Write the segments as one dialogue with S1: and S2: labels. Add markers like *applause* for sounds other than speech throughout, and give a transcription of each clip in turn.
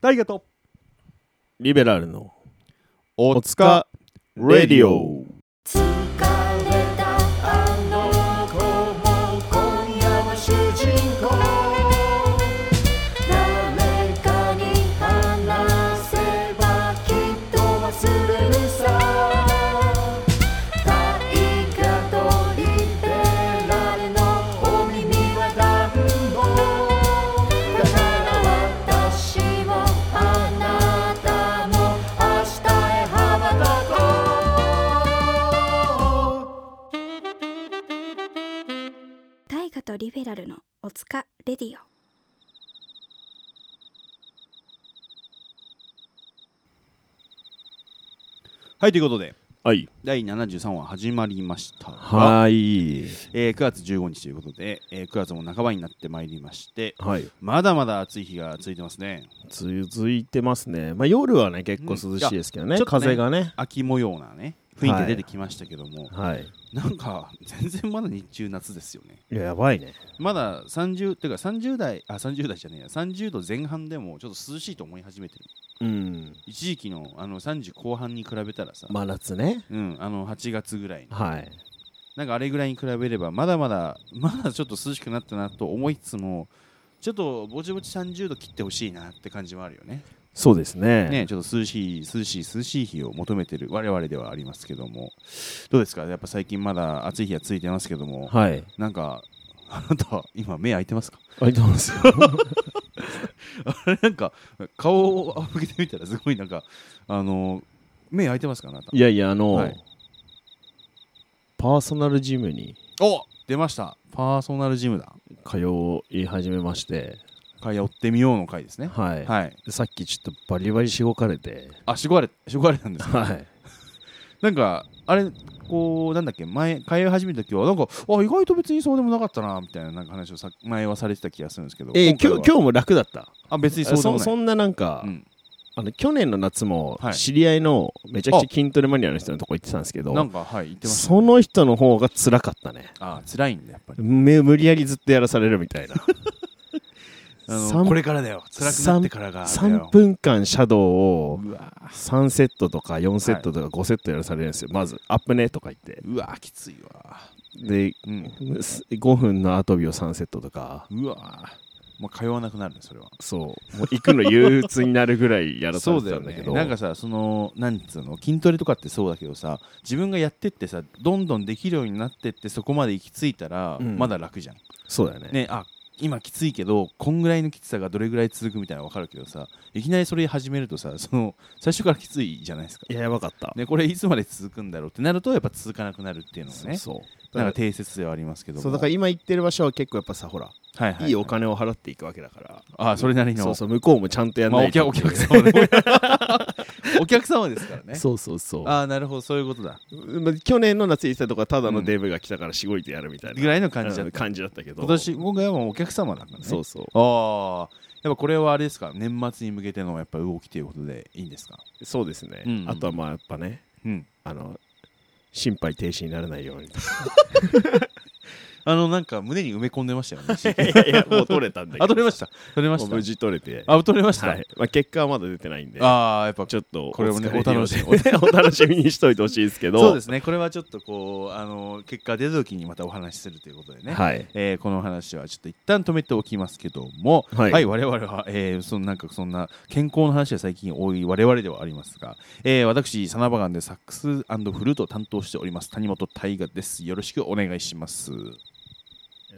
S1: 大河と
S2: リベラルの
S1: お
S2: おつかレディオ
S3: 「疲れたあの子も今夜は主人公」「誰かに話せばきっと忘れるさ」「大河とリベラルのお耳は団子」「だから私もあなたも明日へ羽ばたこう」
S4: 大河とリベラルのおつかレディオ
S1: はいということで
S2: はい
S1: 第73話始まりましたが
S2: はい
S1: えー9月15日ということで、えー9月も半ばになってまいりまして
S2: はい
S1: まだまだ暑い日が続いてますね
S2: 続いてますねまあ夜はね結構涼しいですけどね,、
S1: うんいやちょっとね
S2: 風がね
S1: 秋模様なね雰囲気出てきましたけども、
S2: はい
S1: なんか全然まだ日中夏ですよね
S2: いややばいね
S1: まだ30てか30代あ30代じゃねえや30度前半でもちょっと涼しいと思い始めてる
S2: うん
S1: 一時期のあの30後半に比べたらさ、
S2: 真夏ね
S1: うん、あの8月ぐらいの
S2: はい
S1: なんかあれぐらいに比べればまだまだ *laughs* まだちょっと涼しくなったなと思いつつもちょっとぼちぼち30度切ってほしいなって感じもあるよね
S2: そうですね
S1: ねちょっと涼しい涼しい涼しい日を求めてる我々ではありますけどもどうですかやっぱ最近まだ暑い日は続いてますけども
S2: はい
S1: なんか *laughs* あなた今目開いてますか *laughs*
S2: ありがとうございます
S1: あれなんか顔を仰向けてみたらすごいなんかあの目開いてますかあなた
S2: *laughs* いやいやあの、
S1: はい
S2: パーソナルジムに
S1: お出ましたパーソナルジムだ
S2: 通い始めまして
S1: 通ってみようの回ですね
S2: はい、
S1: はい
S2: さっきちょっとバリバリしごかれて
S1: あしごわれ *laughs* しごわれなんですか
S2: はい
S1: なんかあれこうなんだっけ前通い始めた時はなんかあ意外と別にそうでもなかったなみたいななんか話をさ前はされてた気がするんですけど
S2: えー、
S1: 今
S2: 今日
S1: 日
S2: 今日も楽だった
S1: あ別にそう
S2: そ
S1: でも
S2: そ
S1: ない
S2: んななんか、
S1: うん
S2: あの去年の夏も
S1: はい
S2: 知り合いのめちゃくちゃ筋トレマニアの人のとこ行ってたんですけど、
S1: なんかはい言ってました
S2: その人の方が辛かったね
S1: あ辛いんだやっぱり
S2: め無理やりずっとやらされるみた
S1: *laughs*
S2: いな
S1: あの
S2: 三
S1: これからだよ辛くなってからがだ
S2: 3
S1: よ
S2: 分間シャドウを
S1: うわ
S2: 3セットとか4セットとか5セットやらされるんですよ、まずアップねとか言って
S1: うわきついわ
S2: で
S1: うん
S2: 5分の後びを3セットとか
S1: うわもう通わなくなるねそれは
S2: そうもう行くの憂鬱になるぐらいやらさ
S1: そ
S2: れ
S1: う
S2: て
S1: だ
S2: た
S1: よ
S2: んだけ
S1: ね
S2: ど
S1: なんかさそのなんつうの筋トレとかってそうだけどさ自分がやってってさどんどんできるようになってってそこまで行き着いたら、
S2: うん
S1: まだ楽じゃん
S2: そうだよね
S1: ねあ今きついけどこんぐらいのきつさがどれぐらい続くみたいなの分かるけどさいきなりそれ始めるとさその最初からきついじゃないですか、
S2: いややばかった、
S1: ね、これいつまで続くんだろうってなるとやっぱ続かなくなるっていうのがね
S2: そうそう
S1: なんか定説ではありますけども
S2: そうだから今行ってる場所は結構やっぱさほら、
S1: はいはい
S2: いいお金を払っていくわけだから、
S1: あそれなりの
S2: そうそう向こうもちゃんとやん
S1: まあ、
S2: な
S1: お
S2: いと
S1: 客お客様ねお客様ですからね
S2: そうそうそう
S1: *laughs* ああなるほどそういうことだ
S2: まあ去年の夏行ったとこはただのデブが来たからしごいてやるみたいな、
S1: ぐらいの感じだ
S2: う
S1: っ
S2: ん
S1: た
S2: 感じだったけど
S1: 今年今回はもうお客様だからね
S2: そうそう
S1: ああやっぱこれはあれですか年末に向けてのやっぱ動きということでいいんですか
S2: そうですね、
S1: うんうん
S2: あとはまあやっぱね
S1: うん
S2: あの心肺停止にならないように
S1: あのなんか胸に埋め込んでましたよ
S2: *laughs*
S1: ね
S2: いやもう取れたんだけど
S1: あ取れました取れ
S2: も
S1: まし
S2: う
S1: た
S2: 無事取れて
S1: あ取れました、
S2: はいまあ、結果はまだ出てないんで
S1: ああやっぱ
S2: ちょっと
S1: これをね
S2: 疲のようで
S1: お楽し
S2: お楽しみにしといてほしいですけ *laughs* ど
S1: そうですねこれはちょっとこうあの結果出た時にまたお話しするということでね、
S2: はい
S1: えーこの話はちょっと一旦止めておきますけども、
S2: は
S1: はいい、我々は、えーそのなんかそんな健康の話が最近多い我々ではありますが、えー私サナバガンでサックスフルートを担当しております谷本大我ですよろしくお願いします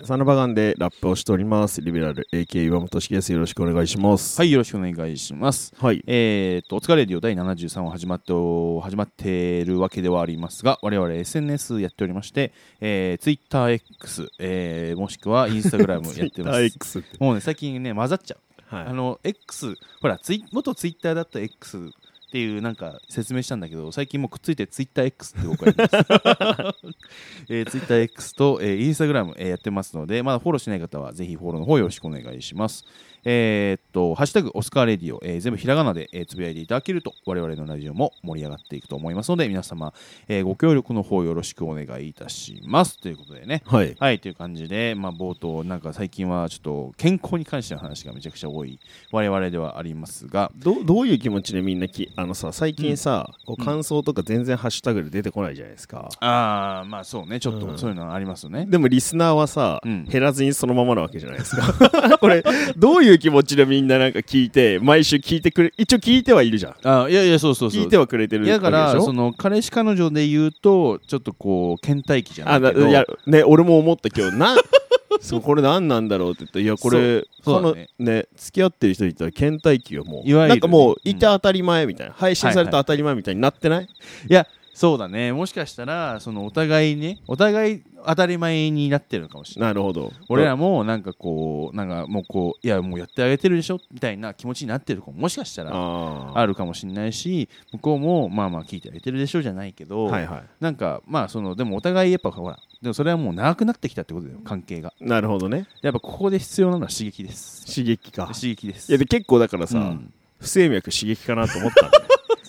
S2: サナバガンでラップをしておりますリベラル AK 岩本茂ですよろしくお願いします
S1: はいいよろしくお願いします
S2: はい
S1: えー、とお疲れレディオ第73話始まってお始まっているわけではありますが我々 SNS やっておりまして、えー、TwitterX、えーもしくは Instagram やってます
S2: X って
S1: もうね最近ね混ざっちゃう
S2: はい
S1: あの X ほらツイ元ツイッターだった X っていうなんか説明したんだけど最近もうくっついてツイッター X って僕は言います *laughs* えー、ツイッター X と、えー、インスタグラム、えーやってますのでまだフォローしない方はぜひフォローの方よろしくお願いします、えーっと、ハッシュタグオスカーレディオ、えー全部ひらがなで、えーつぶやいていただけると、我々のラジオも盛り上がっていくと思いますので、皆様、えーご協力の方よろしくお願いいたします。ということでね。
S2: はい。
S1: はい、という感じで、まあ、冒頭、なんか最近はちょっと健康に関しての話がめちゃくちゃ多い我々ではありますが、
S2: どどういう気持ちでみんなきあのさ最近さ、こう感想とか全然ハッシュタグで出てこないじゃないですか、
S1: ああ、まあそうね、ちょっ
S2: う
S1: と
S2: ん
S1: そういうのありますよね。
S2: でもリスナーはさ、
S1: うん
S2: 減らずにそのままなわけじゃないですか *laughs* これどういう気持ちでみんななんか聞いて毎週聞いてくれ一応聞いてはいるじゃん
S1: あーいやいや、そうそうそう。
S2: 聞いてはくれてる
S1: いやだか
S2: わ
S1: ら
S2: けでし
S1: そ
S2: ょ
S1: の彼氏彼女で言うとちょっとこう倦怠期じゃ
S2: あな
S1: な
S2: い
S1: けど
S2: いやね俺も思った今日な *laughs* そうこれ何なんだろうって言ったいやこれ
S1: そ
S2: そ
S1: うそう
S2: の
S1: だね
S2: ね付き合ってる人いたら倦怠期がもう
S1: いわゆる
S2: なんかもう
S1: うん
S2: いて当たり前みたいな、配信された当たり前みたいになってない、
S1: いやそうだねもしかしたらそのお互いねお互い当たり前になってるのかもしれない
S2: なるほど
S1: 俺らもなんかこうなんかもうこういやもうやってあげてるでしょみたいな気持ちになってる子ももしかしたら
S2: あー
S1: あるかもしれないし向こうもまあまあ聞いてあげてるでしょじゃないけど、
S2: はいは
S1: なんかまあそのでもお互いやっぱほらでもそれはもう長くなってきたってことだよ関係が
S2: いなるほどね
S1: やっぱここで必要なのは刺激です
S2: 刺激か
S1: 刺激です
S2: いやで結構だからさ、
S1: うん
S2: 不整脈刺激かなと思ったん
S1: *laughs*
S2: だよ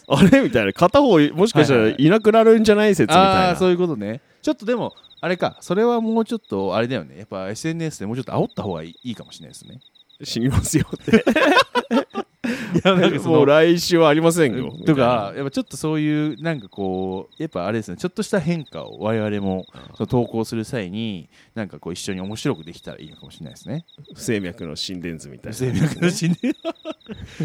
S2: あれみたいな片方もしかした
S1: は
S2: ら
S1: いはい
S2: なくなるんじゃない説みたいな、
S1: ああーそういうことねちょっとでもあれかそれはもうちょっとあれだよねやっぱ SNS でもうちょっと煽った方がいいいいかもしれないですね
S2: 死にますよって
S1: *laughs* いや
S2: もう来週はありませんよ
S1: とかやっぱちょっとそういうなんかこうやっぱあれですねちょっとした変化を我々もその投稿する際になんかこう一緒に面白くできたらいいのかもしれないですね
S2: みたいな不整脈の心電図みたいな
S1: 生脈の心電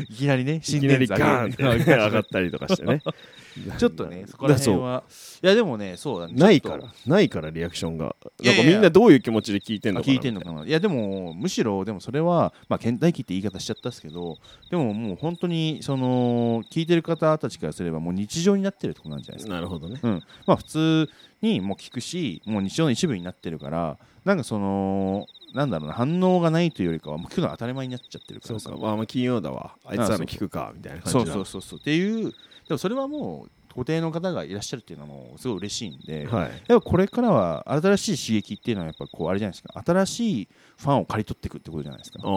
S1: いきなりね
S2: *laughs* い
S1: 心
S2: きなり
S1: 電図
S2: ガーンって上がったりとかしてね
S1: *laughs* ちょっとねそこら辺はいやでもねそうだね
S2: ないか
S1: ちょっ
S2: らないからリアクションが
S1: い
S2: な
S1: や
S2: ん
S1: い
S2: か
S1: や
S2: みんなどういう気持ちで聞いてんの
S1: と
S2: かな
S1: 聞いてんのかないやでもむしろでもそれはまあ倦怠期って言い方しちゃったっすけどでももう本当にその聞いてる方たちからすればもう日常になってるとこなんじゃないですか
S2: なるほどね
S1: うん、まあ普通にもう聞くしもう日常の一部になってるからなんかそのなんだろうな反応がないというよりかはもう聞くのが当たり前になっちゃってるか
S2: そ
S1: ら
S2: う
S1: さ
S2: かまあまあ金曜だわあいつらの聞くかみたいな感じ
S1: そう
S2: だ
S1: そうそうそうっていうでもそれはもう固定の方がいらっしゃるっていうのもすごい嬉しいんで、
S2: はい
S1: やっぱこれからは新しい刺激っていうのはやっぱこうあれじゃないですか新しいファンを刈り取っていくってことじゃないですか
S2: ああ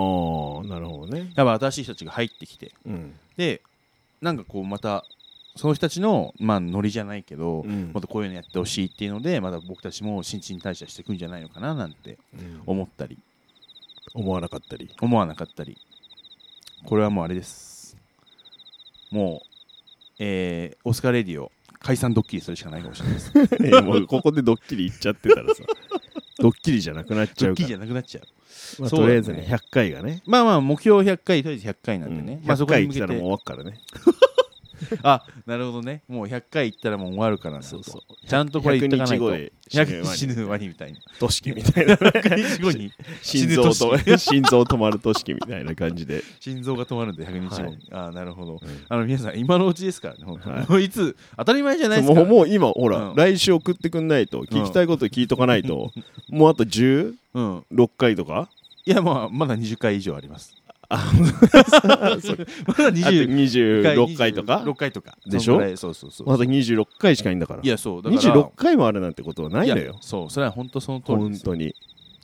S2: なるほどね
S1: やっぱ新しい人たちが入ってきて
S2: うん
S1: でなんかこうまたその人たちのまあノリじゃないけど、
S2: うん
S1: もっとこういうのやってほしいっていうのでまた僕たちも新陳代謝していくんじゃないのかななんて思ったり
S2: 思わなかったり
S1: 思わなかったりこれはもうあれですもう、えーオスカーレディオ解散ドッキリするしかないかもしれないです
S2: いや *laughs* もうここでドッキリ行っちゃってたらさ *laughs* ドッキリじゃなくなっち
S1: ド
S2: ゃ
S1: ッ
S2: うか
S1: キリ
S2: ら
S1: じゃなくなっちゃう
S2: まあ
S1: そ
S2: と
S1: うだね
S2: りあえずね100回がね
S1: まあまあ目標100回とりあえず100回なんでね、
S2: うん
S1: まあそ
S2: 100
S1: こ
S2: 回
S1: に向
S2: 来
S1: け
S2: たらもう
S1: て
S2: 終わっからね
S1: あなるほどねもう100回行ったらもう終わるからなと
S2: そうそう
S1: ちゃんとこれ言っとかないと
S2: 100日後で死ぬワニ
S1: 死ぬワニみたいな
S2: 都市記みたいな
S1: 100日後に
S2: 心臓
S1: 死ぬ *laughs*
S2: と心臓止まる都市記みたいな感じで
S1: 心臓が止まるんで100日後、
S2: はい
S1: ああなるほど、
S2: ん
S1: あの皆さん今のうちですからね、ほんと
S2: はい
S1: もういつ当たり前じゃないです
S2: も
S1: か
S2: う
S1: ら
S2: もう今ほら、
S1: うん
S2: 来週送ってくんないと聞きたいこと聞いとかないと、もうあと16
S1: うん、
S2: 回とか
S1: いやまあまだ20回以上あります *laughs*
S2: ああと
S1: まだ20
S2: 26回とか
S1: 6回とか
S2: でしょ
S1: そんぐらいそうそうそう、
S2: まだ26回しかいんだから
S1: いやそうだから
S2: 26回もあるなんてことはないの
S1: いや
S2: よ
S1: そうそれは本当その通りで
S2: 本
S1: すよ
S2: 当に、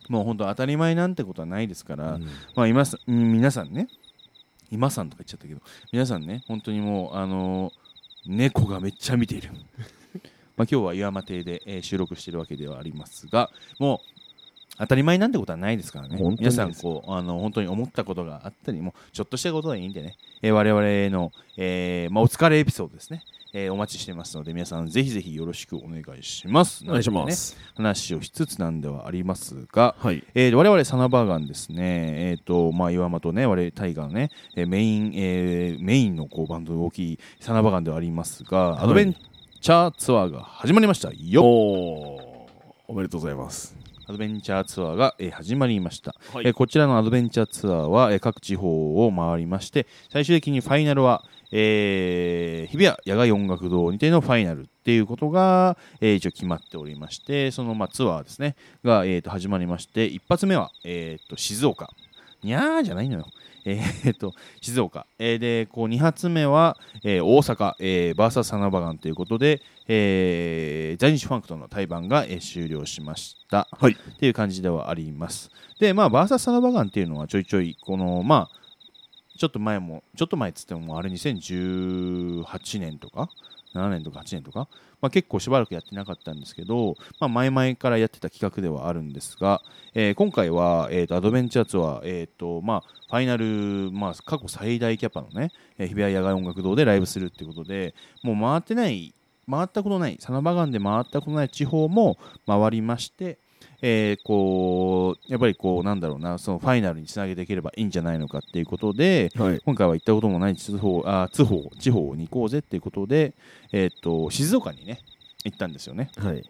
S1: もう本当当たり前なんてことはないですか
S2: う
S1: ら、
S2: ん
S1: まあ今さうん皆さんね今さんとか言っちゃったけど皆さんね本当にもうあのー猫がめっちゃ見ている *laughs* まあ今日は岩間邸で、えー収録してるわけではありますがもう当たり前なんてことはないですからね
S2: 本当にで
S1: 皆
S2: す
S1: さんこうあの本当に思ったことがあったりもうちょっとしたことでいいんでね、えー我々の、えーまあ、お疲れエピソードですね、えーお待ちしてますので皆さんぜひぜひよろしくお願いします
S2: お願いしま
S1: なんてね
S2: す、
S1: 話をしつつなんではありますが
S2: はい
S1: えー、我々サナバーガンですね、えーとまあ、岩間とね我々タイガーのね、えーメイン、えーメインのこうバンドの大きいサナバーガンではありますが、
S2: い
S1: アドベンチャーツアーが始まりましたよ
S2: おおめでとうございます
S1: アドベンチャーツアーが、えー始まりました、
S2: はい
S1: えーこちらのアドベンチャーツアーは、えー各地方を回りまして最終的にファイナルは、えー日比谷野外音楽堂にてのファイナルっていうことが、えー一応決まっておりましてその、まあ、ツアーですねが、えーと始まりまして一発目は、えーと静岡にゃーじゃないのよえー、と静岡、えーでこう2発目は、えー大阪、えー、VS サナバガンということで、えー在日ファンクとの対バンが、えー終了しました
S2: はい
S1: っていう感じではあります。で、まあ、バーサスサナバガンっていうのはちょいちょい、この、まあ、ちょっと前もちょっと前っつってももうあれ2018年とか7年とか8年とか、まあ、結構しばらくやってなかったんですけど、まあ、前々からやってた企画ではあるんですが、えー今回は、えー、とアドベンチャーツアー、えーとまあ、ファイナル、まあ、過去最大キャパのね、えー日比谷野外音楽堂でライブするってことでもう回ってない回ったことないサナバガンで回ったことない地方も回りまして、えーこうやっぱりこうなんだろうなそのファイナルにつなげていければいいんじゃないのかっていうことで、
S2: はい。
S1: 今回は行ったこともない地方あ地方地方に行こうぜっていうことで、えー、と静岡にね行ったんですよね
S2: はい。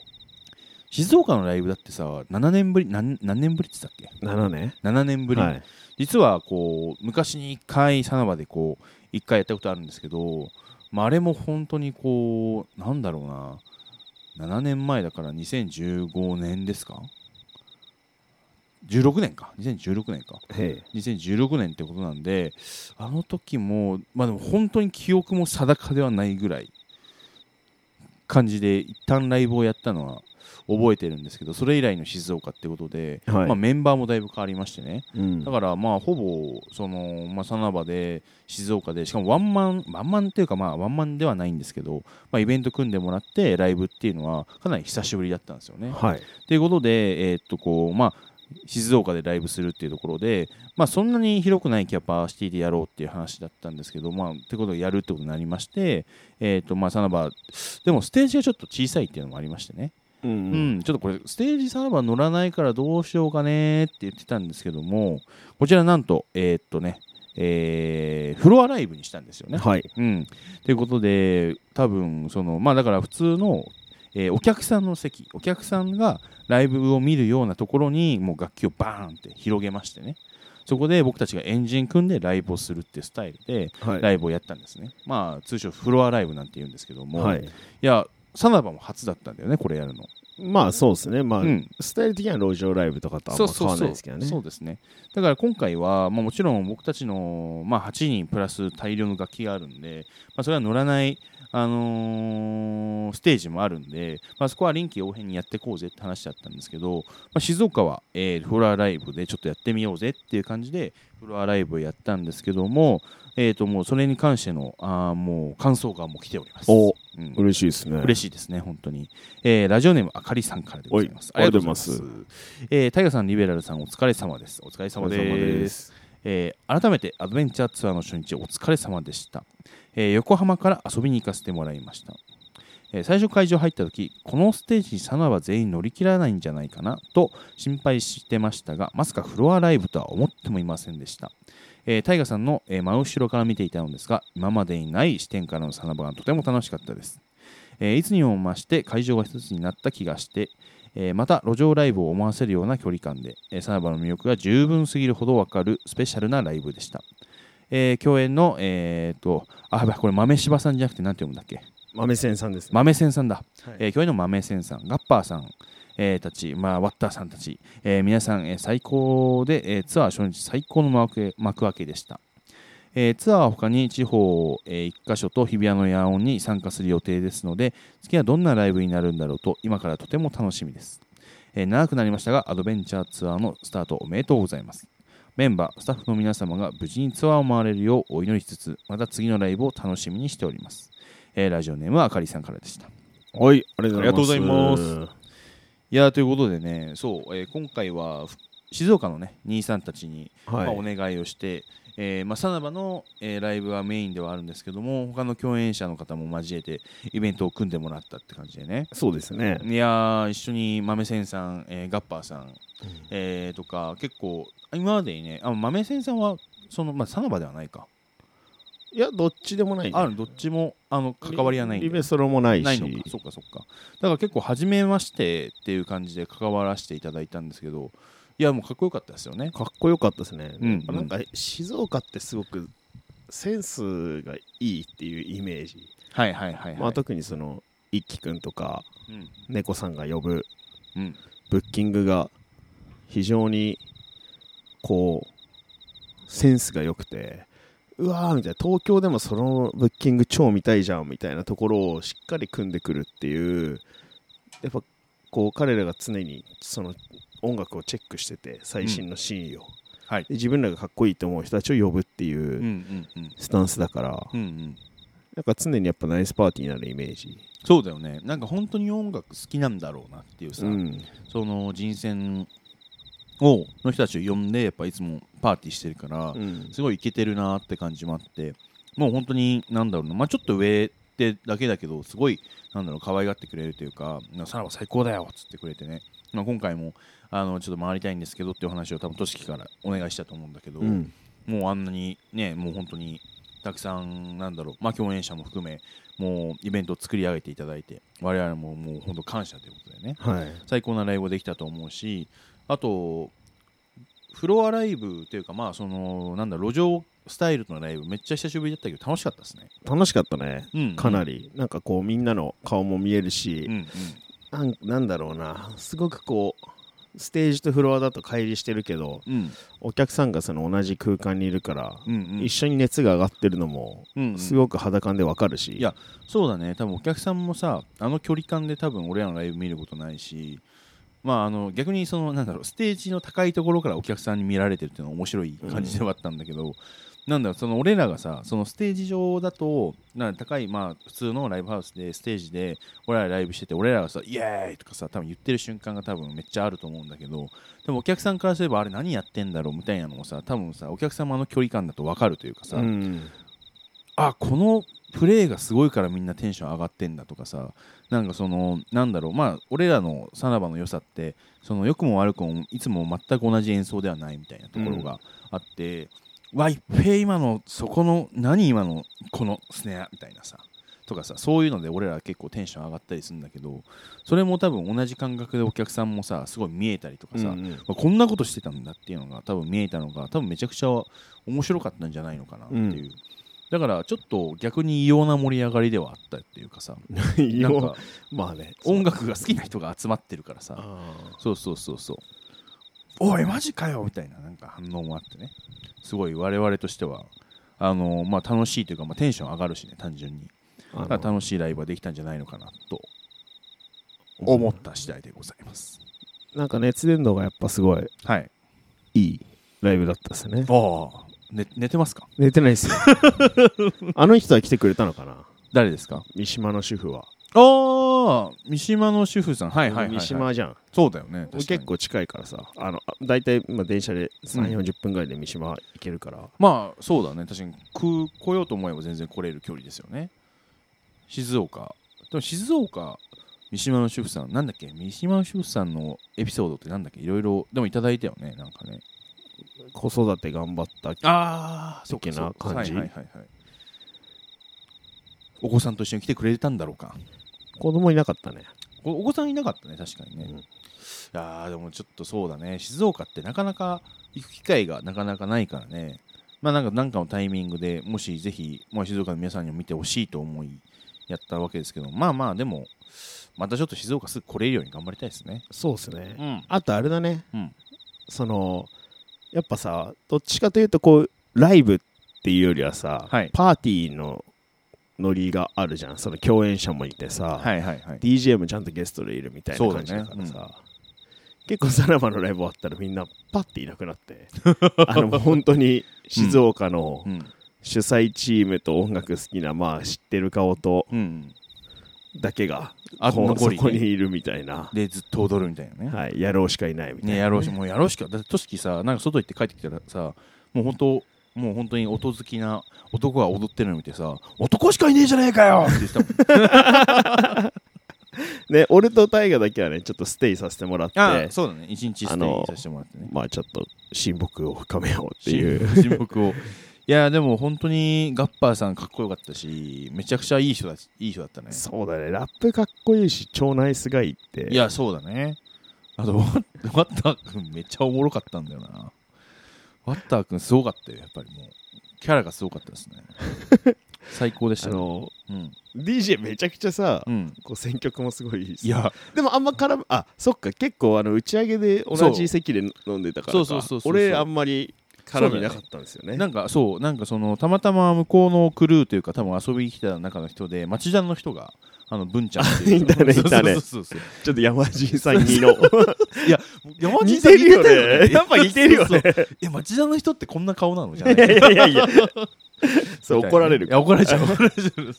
S1: 静岡のライブだってさ7年ぶり何何年ぶりって言ってたっ
S2: 7年
S1: け7年ぶり、
S2: はい。
S1: 実はこう昔に1回サナバでこう1回やったことあるんですけど、まあ、あれも本当にこうなんだろうな7年前だから2015年ですか16年か2016年か
S2: はい。
S1: 2016年ってことなんであの時もまあでも本当に記憶も定かではないぐらい感じで一旦ライブをやったのは覚えてるんですけどそれ以来の静岡ってことで、
S2: はい
S1: まあ、メンバーもだいぶ変わりましてね
S2: うん
S1: だからまあほぼそのまあさなばで静岡でしかもワンマンワンマンっていうかまあワンマンではないんですけど、まあ、イベント組んでもらってライブっていうのはかなり久しぶりだったんですよね。
S2: はい。
S1: ということで、えーっとこうまあ、静岡でライブするっていうところで、まあ、そんなに広くないキャパシティでやろうっていう話だったんですけど、まあ、ってことでやるってことになりまして、えーっとまあ、サナバでもステージがちょっと小さいっていうのもありましてね、
S2: う
S1: うん。ちょっとこれステージサナバ乗らないからどうしようかねって言ってたんですけどもこちらなんと,、えーっとねえーフロアライブにしたんですよね。
S2: はい。
S1: うん、ということで多分そのまあだから普通の、えーお客さんの席お客さんがライブを見るようなところにもう楽器をバーンって広げましてねそこで僕たちがエンジン組んでライブをするってスタイルで
S2: は
S1: ラ
S2: い。
S1: イブをやったんですね、まあ通称フロアライブなんて言うんですけども、
S2: はい。
S1: やサナバも初だったんだよねこれやるの、
S2: まあそうですね。まあ
S1: う、ん、
S2: スタイル的には路上ライブとかとあんま変わらないですけどね。
S1: そうですねだから今回は、まあ、もちろん僕たちの、まあ、8人プラス大量の楽器があるんで、まあ、それは乗らない、あのーステージもあるんで、まあ、そこは臨機応変にやっていこうぜって話だったんですけど、まあ、静岡は、えーフロアライブでちょっとやってみようぜっていう感じでフロアライブをやったんですけども,、えー、ともうそれに関してのあーもう感想がもう来ております。
S2: お
S1: うん
S2: 嬉しいですね。
S1: 嬉しいですね、本当に、えーラジオネームあかりさんからでございます。
S2: おいありがとうございます
S1: ます。えータイガさん、リベラルさん、お疲れ様です。お疲れ様です。
S2: す。
S1: えー改めてアドベンチャーツアーの初日、お疲れ様でした、えー横浜から遊びに行かせてもらいました。えー最初会場入った時このステージにサナは全員乗り切らないんじゃないかなと心配してましたがまさかフロアライブとは思ってもいませんでした、えー、タイガさんの、えー真後ろから見ていたのですが今までにない視点からのサナバがとても楽しかったです、えーいつにも増して会場が一つになった気がしてえーまた路上ライブを思わせるような距離感で、えーサナバの魅力が十分すぎるほどわかるスペシャルなライブでした、えー共演のえーっとあやばいこれ豆柴さんじゃなくて何て読むんだっけ
S2: 豆仙さんですね。
S1: 豆仙さんだ
S2: はい
S1: えー、共演の豆仙さん、ガッパーさん、えーたち、まあ、ワッターさんたち、えー皆さん、えー最高で、えーツアー初日最高の幕開け幕開けでした。えーツアーは他に地方、え1カ所と日比谷の野音に参加する予定ですので次はどんなライブになるんだろうと今からとても楽しみです、えー長くなりましたがアドベンチャーツアーのスタートおめでとうございますメンバースタッフの皆様が無事にツアーを回れるようお祈りしつつまた次のライブを楽しみにしております、えーラジオネームはあかりさんからでした
S2: はい、あり
S1: ありが
S2: がと
S1: と
S2: うご
S1: うござ
S2: ざ
S1: い
S2: い
S1: ま
S2: ますす。
S1: いやーということでね、そう、えー今回はふ静岡のね、兄さんたちに、
S2: は
S1: まあ、お願いをして、えーまあ、さなばの、えーライブはメインではあるんですけども、他の共演者の方も交えてイベントを組んでもらったって感じでね。
S2: そうですね。
S1: いやー一緒に豆仙さん、えーガッパーさん、えーとか結構今までにねあ豆仙さんはそのまあさなばではないか、
S2: いや、どっちでもないね。
S1: あるどっちもあの関わりはないんで
S2: リベソロもないし。
S1: ないのかそっかそっかだから結構初めましてっていう感じで関わらせていただいたんですけどいやもうかっこよかったですよね
S2: かっこよかったですね。
S1: うん
S2: なんか静岡ってすごくセンスがいいっていうイメージ。
S1: はいはいはいはい、
S2: まあ、特にその、一輝くんとか、
S1: うん
S2: 猫さんが呼ぶ
S1: うん
S2: ブッキングが非常にこうセンスが良くてうわーみたいな東京でもそのブッキング超見たいじゃんみたいなところをしっかり組んでくるっていうやっぱこう彼らが常にその音楽をチェックしてて最新のシーンを、
S1: はい
S2: で自分らがかっこいいと思う人たちを呼ぶっていううん
S1: うんうん
S2: スタンスだから、
S1: うんうん
S2: なんか常にやっぱナイスパーティーになるイメージ、
S1: そうだよねなんか本当に音楽好きなんだろうなっていうさ、
S2: うん
S1: その人選をの人たちを呼んでやっぱいつもパーティーしてるから、
S2: うん
S1: すごいイケてるなって感じもあってもう本当になんだろうな、まあ、ちょっと上ってだけだけどすごいなんだろう可愛がってくれるというか「さらば最高だよ」っつってくれてね、まあ、今回もあのちょっと回りたいんですけどっていう話を多分としきからお願いしたと思うんだけど、
S2: うん
S1: もうあんなにねもう本当にたくさんなんだろう、まあ、共演者も含めもうイベントを作り上げていただいて我々ももう本当感謝ということでね
S2: はい
S1: 最高なライブができたと思うしあとフロアライブというかまあそのなんだ路上スタイルのライブめっちゃ久しぶりだったけど楽しかったですね、
S2: 楽しかったね
S1: うん
S2: かなり、なんかこうみんなの顔も見えるし、
S1: うんうん
S2: なんなんだろうなすごくこうステージとフロアだと乖離してるけど
S1: うん
S2: お客さんがその同じ空間にいるから、
S1: うんうん
S2: 一緒に熱が上がってるのも
S1: うんうん
S2: すごく肌感でわかるし、
S1: いやそうだね多分お客さんもさあの距離感で多分俺らのライブ見ることないしまああの逆にそのなんだろうステージの高いところからお客さんに見られてるっていうのは面白い感じではあったんだけど、なんだろうその俺らがさそのステージ上だとなんか高いまあ普通のライブハウスでステージで俺らライブしてて俺らがさ「イエーイ!」とかさ多分言ってる瞬間が多分めっちゃあると思うんだけどでもお客さんからすればあれ何やってんだろうみたいなのもさ多分さお客様の距離感だと分かるというかさ、
S2: うん
S1: あこのプレーがすごいからみんなテンション上がってんだとかさなんかそのなんだろうまあ俺らのさらばの良さってその良くも悪くもいつも全く同じ演奏ではないみたいなところがあって、わいっぺ今のそこの何今のこのスネアみたいなさとかさそういうので俺ら結構テンション上がったりするんだけどそれも多分同じ感覚でお客さんもさすごい見えたりとか
S2: *laughs*
S1: さ、
S2: うん
S1: まあこんなことしてたんだっていうのが多分見えたのが多分めちゃくちゃ面白かったんじゃないのかなっていう、だからちょっと逆に異様な盛り上がりではあったっていうかさ
S2: うん
S1: なんか
S2: まあね
S1: 音楽が好きな人が集まってるからさ
S2: あ
S1: そうそうそうそうおいマジかよみたいななんか反応もあってねすごい我々としてはあのまあ楽しいというか、まあ、テンション上がるしね単純に
S2: ーあの
S1: だから楽しいライブができたんじゃないのかなと思った次第でございます
S2: なんか熱伝導がやっぱすごい
S1: はい
S2: いいライブだったです
S1: *laughs*
S2: ね
S1: ああ、ね、寝てますか
S2: 寝てないですよあの人は来てくれたのかな
S1: 誰ですか
S2: 三島の主婦は
S1: ああ三島の主婦さんはいはいはい、はい、
S2: 三島じゃん
S1: そうだよね
S2: 俺結構近いからさあのあ大体まあ電車で3
S1: う
S2: 4 0分ぐらいで三島行けるから、
S1: まあそうだね確かに来来ようと思えば全然来れる距離ですよね静岡でも静岡三島の主婦さんなんだっけ三島の主婦さんのエピソードってなんだっけいろいろでもいただいたよねなんかね
S2: 子育て頑張った
S1: ああ
S2: そうかそうか
S1: は
S2: 感
S1: い
S2: じ
S1: はいはいはいお子さんと一緒に来てくれたんだろうか
S2: 子供いなかったね
S1: おお子さんいなかったね確かにね、
S2: うん
S1: いやーでもちょっとそうだね静岡ってなかなか行く機会がなかなかないからねまあなんかなんかのタイミングでもしぜひ、まあ、静岡の皆さんにも見てほしいと思いやったわけですけどまあまあでもまたちょっと静岡すぐ来れるように頑張りたいですね
S2: そうですね
S1: うん
S2: あとあれだね、
S1: うん
S2: そのやっぱさどっちかというとこうライブっていうよりはさ、
S1: はい
S2: パーティーのノリがあるじゃんその共演者もいてさ、
S1: はいはいはい
S2: DJ もちゃんとゲストでいるみたいな感じだか
S1: そうだ
S2: ら
S1: ね
S2: さ、結構さらばのライブ終わったらみんなパッていなくなって *laughs* あのもう本当に静岡の
S1: *laughs* うん
S2: 主催チームと音楽好きなまあ知ってる顔と
S1: うん
S2: だけが
S1: あ
S2: こう
S1: 残
S2: そ
S1: りね
S2: こにいるみたいな、
S1: でずっと踊るみたいなね
S2: はい、やろうしかいないみたいな、
S1: ねやろうしもうやろうしかだってとしきさなんか外行って帰ってきたらさもう本当もう本当に音好きな男が踊ってるの見てさ男しかいねえじゃねえかよって言ってたもん
S2: ね、俺と大河だけはね、ちょっとステイさせてもらって、
S1: あそうだね一日ス
S2: あ
S1: テ
S2: の
S1: イさせてもらってね
S2: まあちょっと親睦を深めようっていう。
S1: 沈黙をいやでも本当にガッパーさんかっこよかったしめちゃくちゃいい人だいい人だったね
S2: そうだね、ラップかっこいいし、超ナイスガイって。
S1: いやそうだねあとワッワッター君めっちゃおもろかったんだよなワッター君すごかったよやっぱりもうキャラがすごかったですね最高でし
S2: あ
S1: たね
S2: の、
S1: うん、
S2: DJ めちゃくちゃさ、
S1: うん、
S2: こう選曲もすごいいいし
S1: いや
S2: でもあんま絡む、あそっか、結構あの打ち上げで同じ席で飲んでたからか
S1: そうそうそうそうそう
S2: 俺、あんまり絡みなかったんですよね。
S1: なんかそうなんかそのたまたま向こうのクルーというか多分遊びに来た中の人で町田の人があの文ちゃんっていう
S2: いたねいたね
S1: そうそうそうそう
S2: ちょっと山地さん
S1: *laughs*
S2: にの
S1: 山地
S2: 似
S1: さん
S2: てるよね
S1: 似てた
S2: やっぱ似てるよね
S1: そうそうえ町田の人ってこんな顔なのじゃない
S2: いやいやいやいや *laughs* そう怒られる
S1: いや怒られちゃう怒られちゃう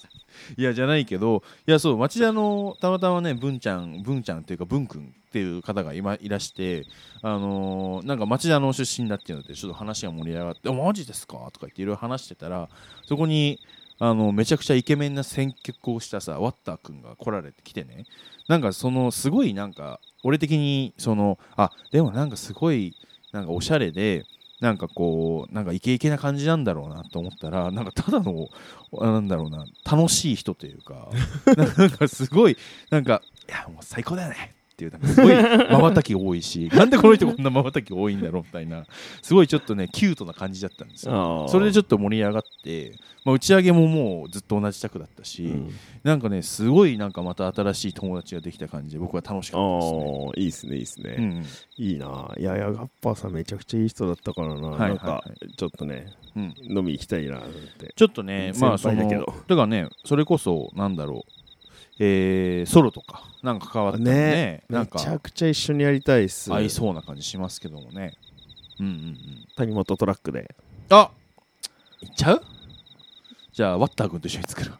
S1: いやじゃないけどいやそう町田のたまたまね文ちゃん文ちゃんっていうか文くんっていう方が今いらしてあのーなんか町田の出身だっていうのでちょっと話が盛り上がって「あマジですか?」とか言っていろいろ話してたらそこにあのめちゃくちゃイケメンな選曲をしたさワッターくんが来られてきてねなんかそのすごいなんか俺的にそのあでもなんかすごいなんかおしゃれでなんかこうなんかイケイケな感じなんだろうなと思ったらなんかただのあなんだろうな楽しい人というかなんかすごいなんかいやもう最高だよねっていうなんかすごいまばたき多いしなんでこの人こんなまばたき多いんだろうみたいなすごいちょっとねキュートな感じだったんですよそれでち
S2: ょっ
S1: ょっと盛り上がって、まあ、打ち上げももうずっと同じ宅だったし、なんかねすごいなんかまた新しい友達ができた感じで僕は楽しかったですね。
S2: ああいいですねいいですね、
S1: うん
S2: いいないやいやガッパーさんめちゃくちゃいい人だったからな、
S1: いはいはい
S2: なんかちょっとね
S1: うんうん
S2: 飲み行きたいなって
S1: ちょっとね、まあそ
S2: 先輩だ
S1: の
S2: けど
S1: だからねそれこそなんだろう、えーソロとかなんか変わったのね
S2: ね
S1: なん
S2: めちゃ
S1: か
S2: くちゃ一緒にやりたいっす
S1: 合いそうな感じしますけどもね。うんうんうん。
S2: 谷本トラックで
S1: あいっちゃうじゃあワッター君と一緒に作る。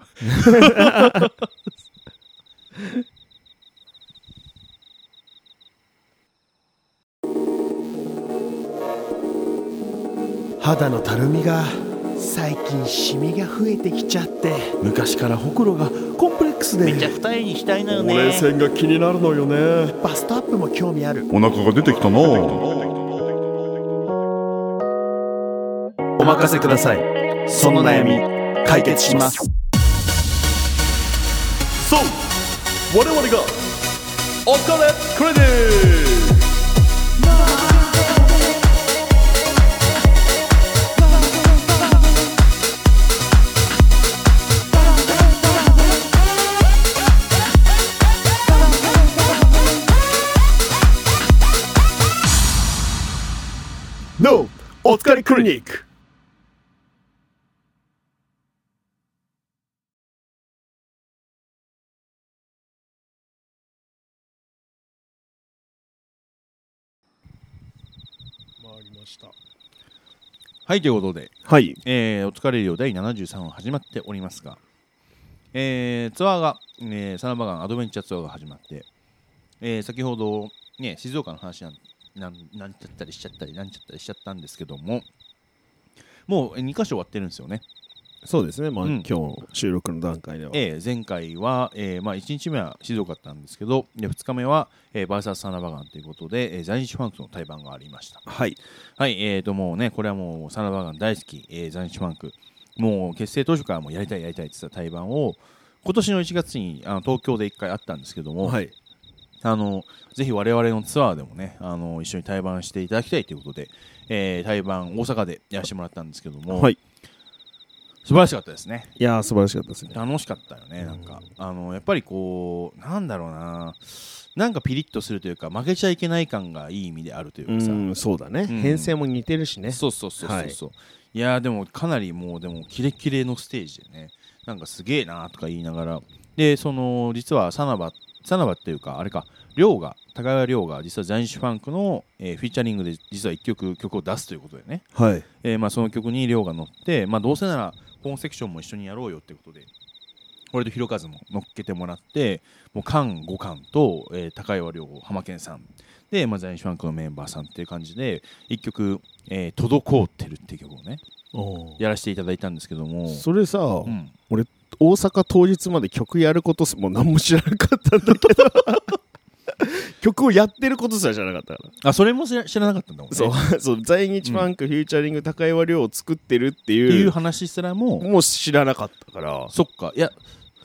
S5: 肌のたるみが最近シミが増えてきちゃって昔からほくろがコンプレックスで
S6: 二重にしたいなよ
S7: ほうれい線が気になるのよね
S5: バストアップも興味ある
S7: お腹が出てきたな
S5: お任せくださいその悩み解決します
S7: そう我々がお金クレディ
S2: 「NO! お疲れクリニック
S5: 回りました
S1: はいということで、」
S2: はい
S1: えーお疲れ量第73話始まっておりますが、えーツアーが、えーサナバガンアドベンチャーツアーが始まって、えー先ほど、ね、静岡の話なんなんなんちゃったりしちゃったりなんちゃったりしちゃったんですけどももう2箇所終わってるんですよね。
S2: そうですねまあ、
S1: うん
S2: 今日収録の段階では、
S1: えー前回は、えーまあ、1日目は静岡だったんですけどで2日目は、えー、バーサスサナバガンということで、えー在日ファンクとの対バンがありました
S2: はい
S1: はいえー、ともうねこれはもうサナバガン大好き、えー在日ファンクもう結成当初からもうやりたいやりたいって言ってた対バンを今年の1月にあの東京で1回あったんですけども、
S2: はい
S1: あのぜひ我々のツアーでもねあの一緒に対バンしていただきたいということで、えー、対バン大阪でやらせてもらったんですけども、
S2: はい
S1: 素晴らしかったですね
S2: いやー素晴らしかったですね
S1: 楽しかったよねなんか、あのやっぱりこうなんだろうななんかピリッとするというか負けちゃいけない感がいい意味であるという
S2: う
S1: かさ、
S2: んそうだね、
S1: ん
S2: 編成も似てるしね
S1: そうそうそうそうそう、い、やーでもかなりもうでもキレキレのステージでねなんかすげえなーとか言いながらでその実はサナバサナバっていうかあれか亮が高谷亮が実は在日ファンクの、えーフィーチャリングで実は1曲曲を出すということでね
S2: はい
S1: えーまあ、その曲に亮が乗って、まあ、どうせなら本セクションも一緒にやろうよってことで俺とひろかずも乗っけてもらってもう缶5缶と、えー高岩亮浜健さんで、まあ、在日ファンクのメンバーさんっていう感じで一曲「えー、滞ってる」っていう曲をね
S2: おー
S1: やらせていただいたんですけども、
S2: それさ、
S1: うん、
S2: 大阪当日まで曲やることすもう何も知らなかったんだけ
S1: *laughs*
S2: ど曲をやってることすら知らなかったから
S1: あそれも知ら知らなかったんだもんね
S2: そう
S1: っ
S2: そう在日ファンク、フューチャリング高岩亮を作ってるって
S1: てい
S2: いうう
S1: 話すらも
S2: もう知らなかったから
S1: そっかいや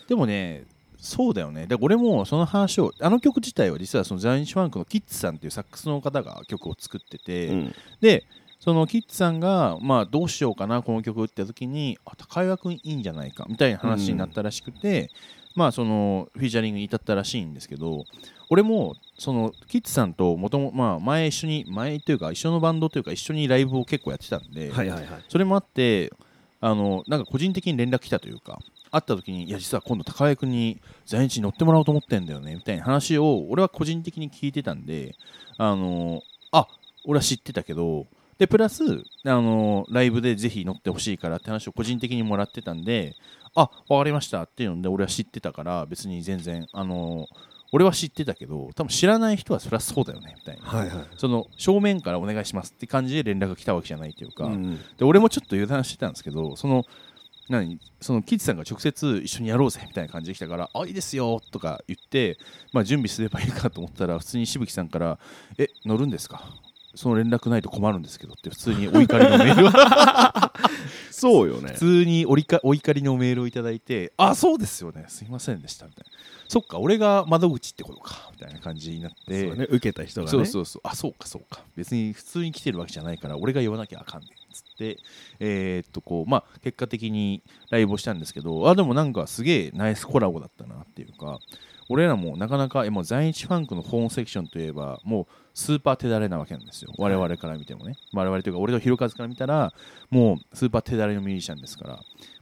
S1: でもねそうだよねで俺もその話をあの曲自体は実はその在日ファンクのキッズさんっていうサックスの方が曲を作ってて、
S2: うん
S1: でそのキッズさんが、まあ、どうしようかなこの曲って時にあ高岩君いいんじゃないかみたいな話になったらしくて、まあそのフィーチャリングに至ったらしいんですけど俺もそのキッズさんともとも、まあ、前一緒に前というか一緒のバンドというか一緒にライブを結構やってたんで、
S2: はいはいはい
S1: それもあってあのなんか個人的に連絡来たというか会った時にいや実は今度高谷君に在日に乗ってもらおうと思ってんだよねみたいな話を俺は個人的に聞いてたんであのあ俺は知ってたけどでプラスあのライブでぜひ乗ってほしいからって話を個人的にもらってたんであわかりましたっていうので俺は知ってたから別に全然あの俺は知ってたけど多分知らない人はそりゃそうだよねみたいな、
S2: はいはい
S1: その正面からお願いしますって感じで連絡が来たわけじゃないというか、
S2: うん
S1: で俺もちょっと油断してたんですけどその何そのキッズさんが直接一緒にやろうぜみたいな感じで来たから「あいいですよ」とか言って、まあ、準備すればいいかと思ったら普通にしぶきさんから「え乗るんですか?」その連絡ないと困るんですけどって普通にお怒りのメ
S2: *laughs*
S1: ールを
S2: そうよね
S1: 普通におりかお怒りのメールをいただいて「あそうですよねすいませんでした」みたいな「そっか俺が窓口ってことか」みたいな感じになって
S2: そうね受けた人がね
S1: そうそうそうあそうかそうか別に普通に来てるわけじゃないから俺が言わなきゃあかんねんっつってえーっとこうまあ結果的にライブをしたんですけどあでもなんかすげえナイスコラボだったなっていうか俺らもなかなかえもう在日ファンクのホームセクションといえばもうスーパー手だれなわけなんですよ我々から見てもね、我々というか俺と広和から見たらもうスーパー手だれのミュージシャンですから、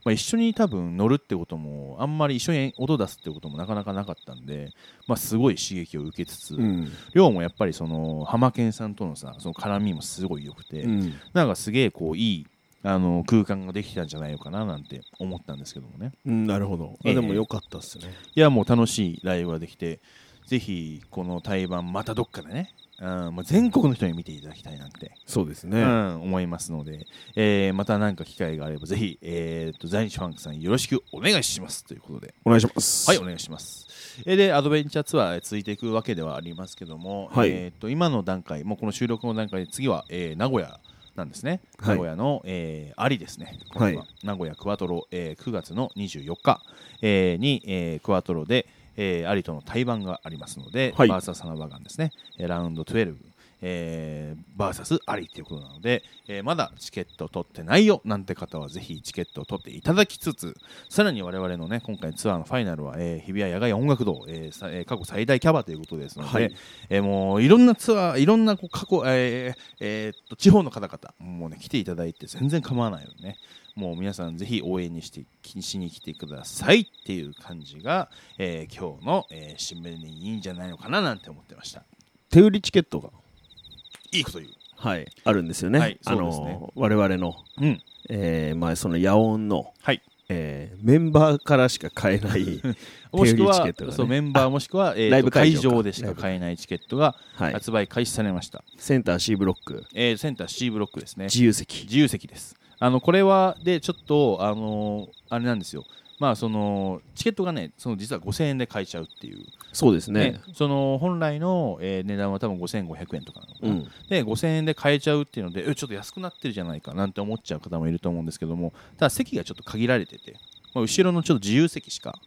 S1: まあ、一緒に多分乗るってこともあんまり一緒に音出すってこともなかなかなかったんで、まあ、すごい刺激を受けつつ、
S2: うん
S1: 亮もやっぱりその浜健さんとのさその絡みもすごい良くて、
S2: うん
S1: なんかすげえこういいあの空間ができたんじゃないのかななんて思ったんですけどもね
S2: うんなるほど
S1: え
S2: あ
S1: え
S2: でもよかったっすね
S1: いやもう楽しいライブができてぜひこの対バンまたどっかでね、うんまあ、全国の人に見ていただきたいなんて、
S2: そうです
S1: う
S2: ね
S1: ん、思いますので、えーまた何か機会があればぜひ、えー、と在日ファンクさんよろしくお願いしますということで
S2: お願いします
S1: はい、お願いします。えーで、アドベンチャーツアーえー続いていくわけではありますけども、
S2: はい
S1: えー、と今の段階、もうこの収録の段階で次は、えー名古屋なんですね。
S2: はい
S1: 名古屋の、えーアリですね。
S2: はい
S1: 今度名古屋クワトロ、えー9月の24日、えーに、えークワトロで、えーアリとの対バンがありますので、
S2: はい
S1: バーサスサナバガンですね。えーラウンド12。えー、バーサスアリということなので、えーまだチケット取ってないよなんて方はぜひチケットを取っていただきつつさらに我々のね今回のツアーのファイナルは、えー日比谷野外音楽堂、えーさえー過去最大キャバということですので、
S2: はい
S1: えーもういろんなツアーいろんなこう過去、えーえーっと地方の方々もうね来ていただいて全然構わないのでねもう皆さんぜひ応援にして気にしに来てくださいっていう感じが、えー今日の、えー、新聞でいいんじゃないのかななんて思ってました
S2: 手売りチケットが
S1: いいこと言う
S2: はいあるんですよね
S1: はい
S2: あ
S1: そうですね
S2: の我々の
S1: うん
S2: えーまあその野音の
S1: はい
S2: えーメンバーからしか買えない
S1: *laughs* もしく
S2: 手
S1: は、
S2: 売りチケットがね
S1: そうメンバーもしくは、えーと
S2: ライブ会
S1: 会
S2: 場か
S1: 場でしか買えないチケットが
S2: はい
S1: 発売開始されました、
S2: センター C ブロック
S1: えーセンター C ブロックですね
S2: 自由席
S1: 自由席ですあのこれはでちょっとあのあれなんですよまあそのチケットがねその実は5000円で買えちゃうっていう
S2: そうですね
S1: ね、その本来の、えー値段は多分5500円とかなのか
S2: う
S1: な、
S2: ん
S1: で5000円で買えちゃうっていうのでえちょっと安くなってるじゃないかなんて思っちゃう方もいると思うんですけどもただ席がちょっと限られてて、まあ、後ろのちょっと自由席しか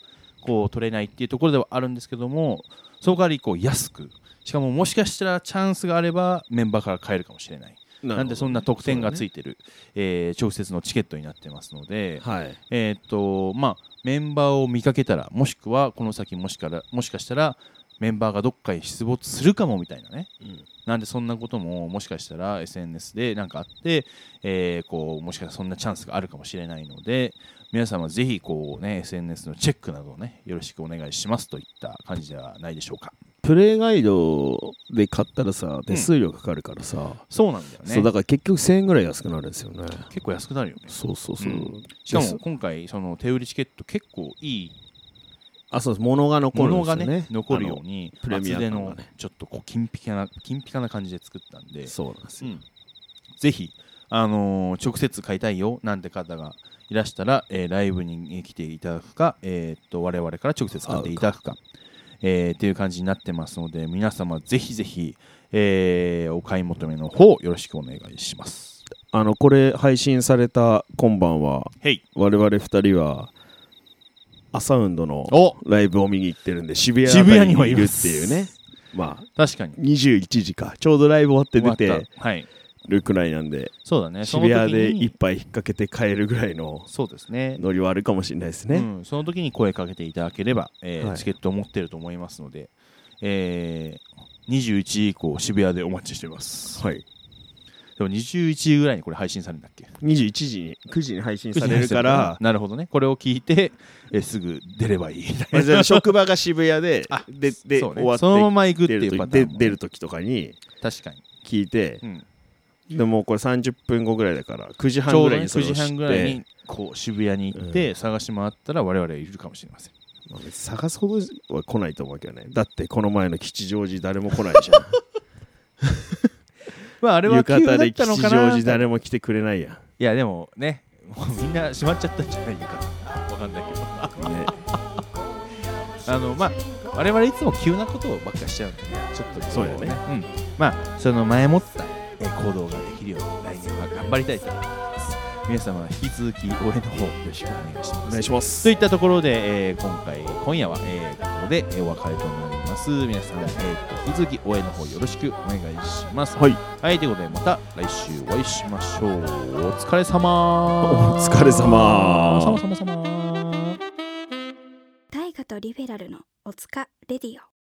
S1: こう取れないっていうところではあるんですけどもその代わりこう安くしかももしかしたらチャンスがあればメンバーから買えるかもしれない
S2: な
S1: なんでそんな特典がつ
S2: い
S1: いてる、えー直接のチケットになってますので、
S2: はい
S1: えーっとまあ、メンバーを見かけたらもしくはこの先もしからもしかしたらメンバーがどっかへ出没するかもみたいなね、
S2: うん
S1: なんでそんなことももしかしたら SNS で何かあって、えーこうもしかしたらそんなチャンスがあるかもしれないので皆様ぜひこう、ね、SNS のチェックなどをねよろしくお願いしますといった感じではないでしょうか。
S2: プレイガイドで買ったらさ手数料かかるからさ、
S1: そうなんだよね
S2: そうだから結局1000円ぐらい安くなるんですよね
S1: 結構安くなるよね
S2: そうそうそう、
S1: うんしか
S2: で
S1: も今回その手売りチケット結構いい
S2: あそうです物が残
S1: も
S2: るんで
S1: の
S2: すよ
S1: が
S2: ね
S1: ね残るように
S2: プレミア
S1: 厚手
S2: 感が
S1: の
S2: ね
S1: ちょっとこう金ぴかな金ぴかな感じで作ったんで
S2: あの、そうなんです
S1: う
S2: よ、
S1: ん、ぜひ、あのー直接買いたいよなんて方がいらしたら、えーライブにえー来ていただくか、えーっと我々から直接買っていただくかえーっていう感じになってますので皆様ぜひぜひ、えーお買い求めの方よろしくお願いします。
S2: あのこれ配信された今晩は
S1: へい
S2: 我々2人はアサウンドの
S1: お
S2: ライブを見に行ってるんで渋谷
S1: 渋
S2: あた
S1: 谷
S2: り
S1: に
S2: に
S1: はいい
S2: る
S1: ま
S2: って
S1: す
S2: いうねまあ
S1: 確かに
S2: 21時かちょうどライブ終わって出
S1: 終わってたはい
S2: るくらいなんで
S1: そうだねその
S2: 渋谷で
S1: 時に
S2: 一杯引っ掛けて帰るぐらいの
S1: そうですね
S2: ノリはあるかもしれないですね、
S1: うん、その時に声かけていただければ、えー
S2: はい
S1: チケットを持ってると思いますので、えー21以降渋谷でお待ちしています、
S2: はい
S1: でも21時ぐらいにこれ配信されるんだっけ
S2: 21時に9時に配信さ
S1: *laughs*
S2: れるから
S1: なるほどねこれを聞いて、 *laughs* えーすぐ出ればいい
S2: まあじゃあ職場が渋谷
S1: *laughs*
S2: でで *laughs* で
S1: そうね
S2: 終わって
S1: そのまま行くって
S2: 出る
S1: いう
S2: 時
S1: パター
S2: で
S1: ンも
S2: 出る時とかに
S1: 確かに、
S2: 聞いて
S1: う、ん
S2: でもうこれ30分後ぐらいだから9時
S1: ち
S2: 半
S1: ょ
S2: ぐ
S1: う
S2: ら
S1: ど
S2: い
S1: ね
S2: に
S1: 9時半ぐらいにこう渋谷に行って、
S2: う
S1: 探し回ったら我々いるかもしれません
S2: まあ別に探すほどは来ないと思うけどねだってこの前の吉祥寺誰も来ない
S1: *laughs*
S2: じゃん
S1: まああれは
S2: 浴
S1: 急だ
S2: 衣で
S1: った
S2: 吉
S1: のか
S2: 祥
S1: な
S2: 寺
S1: い
S2: 誰も来てくれないや
S1: やでもねもうみんな閉まっちゃったんじゃないのかわかんないけど
S2: ん、ね、
S1: *laughs* あのまあ我々いつも急なことばっかしちゃうんでねちょっとこ
S2: そうだよね
S1: うん、まあその前もったえー行動ができるように来年は頑張りたいと思います皆様引き続き応援の方よろしくお願いします
S2: お願いします
S1: といったところで、えー今回今夜は、えーここで、えーお別れとなります皆様、えー引き続き応援の方よろしくお願いします
S2: はい、
S1: はい、ということでまた来週お会いしましょうお疲れ様
S2: お疲れ様
S1: 様様様
S4: 大河とリベラルのおつかレディオ